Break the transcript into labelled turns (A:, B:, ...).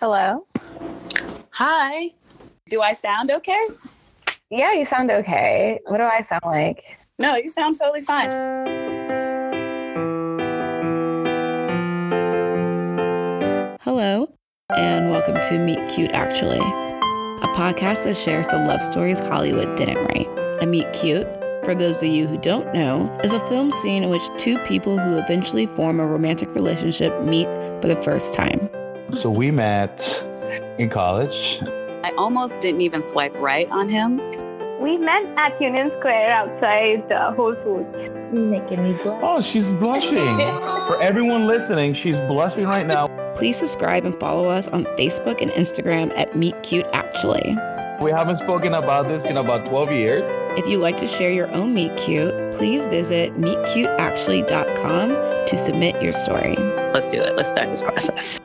A: Hello.
B: Hi. Do I sound okay?
A: Yeah, you sound okay. What do I sound like?
B: No, you sound totally fine.
C: Hello, and welcome to Meet Cute Actually, a podcast that shares the love stories Hollywood didn't write. A Meet Cute, for those of you who don't know, is a film scene in which two people who eventually form a romantic relationship meet for the first time.
D: So we met in college.
B: I almost didn't even swipe right on him.
E: We met at Union Square outside uh, Whole Foods.
F: making me blush.
D: Oh, she's blushing. For everyone listening, she's blushing right now.
C: Please subscribe and follow us on Facebook and Instagram at Meet Cute Actually.
D: We haven't spoken about this in about 12 years.
C: If you'd like to share your own Meet Cute, please visit meetcuteactually.com to submit your story.
B: Let's do it. Let's start this process.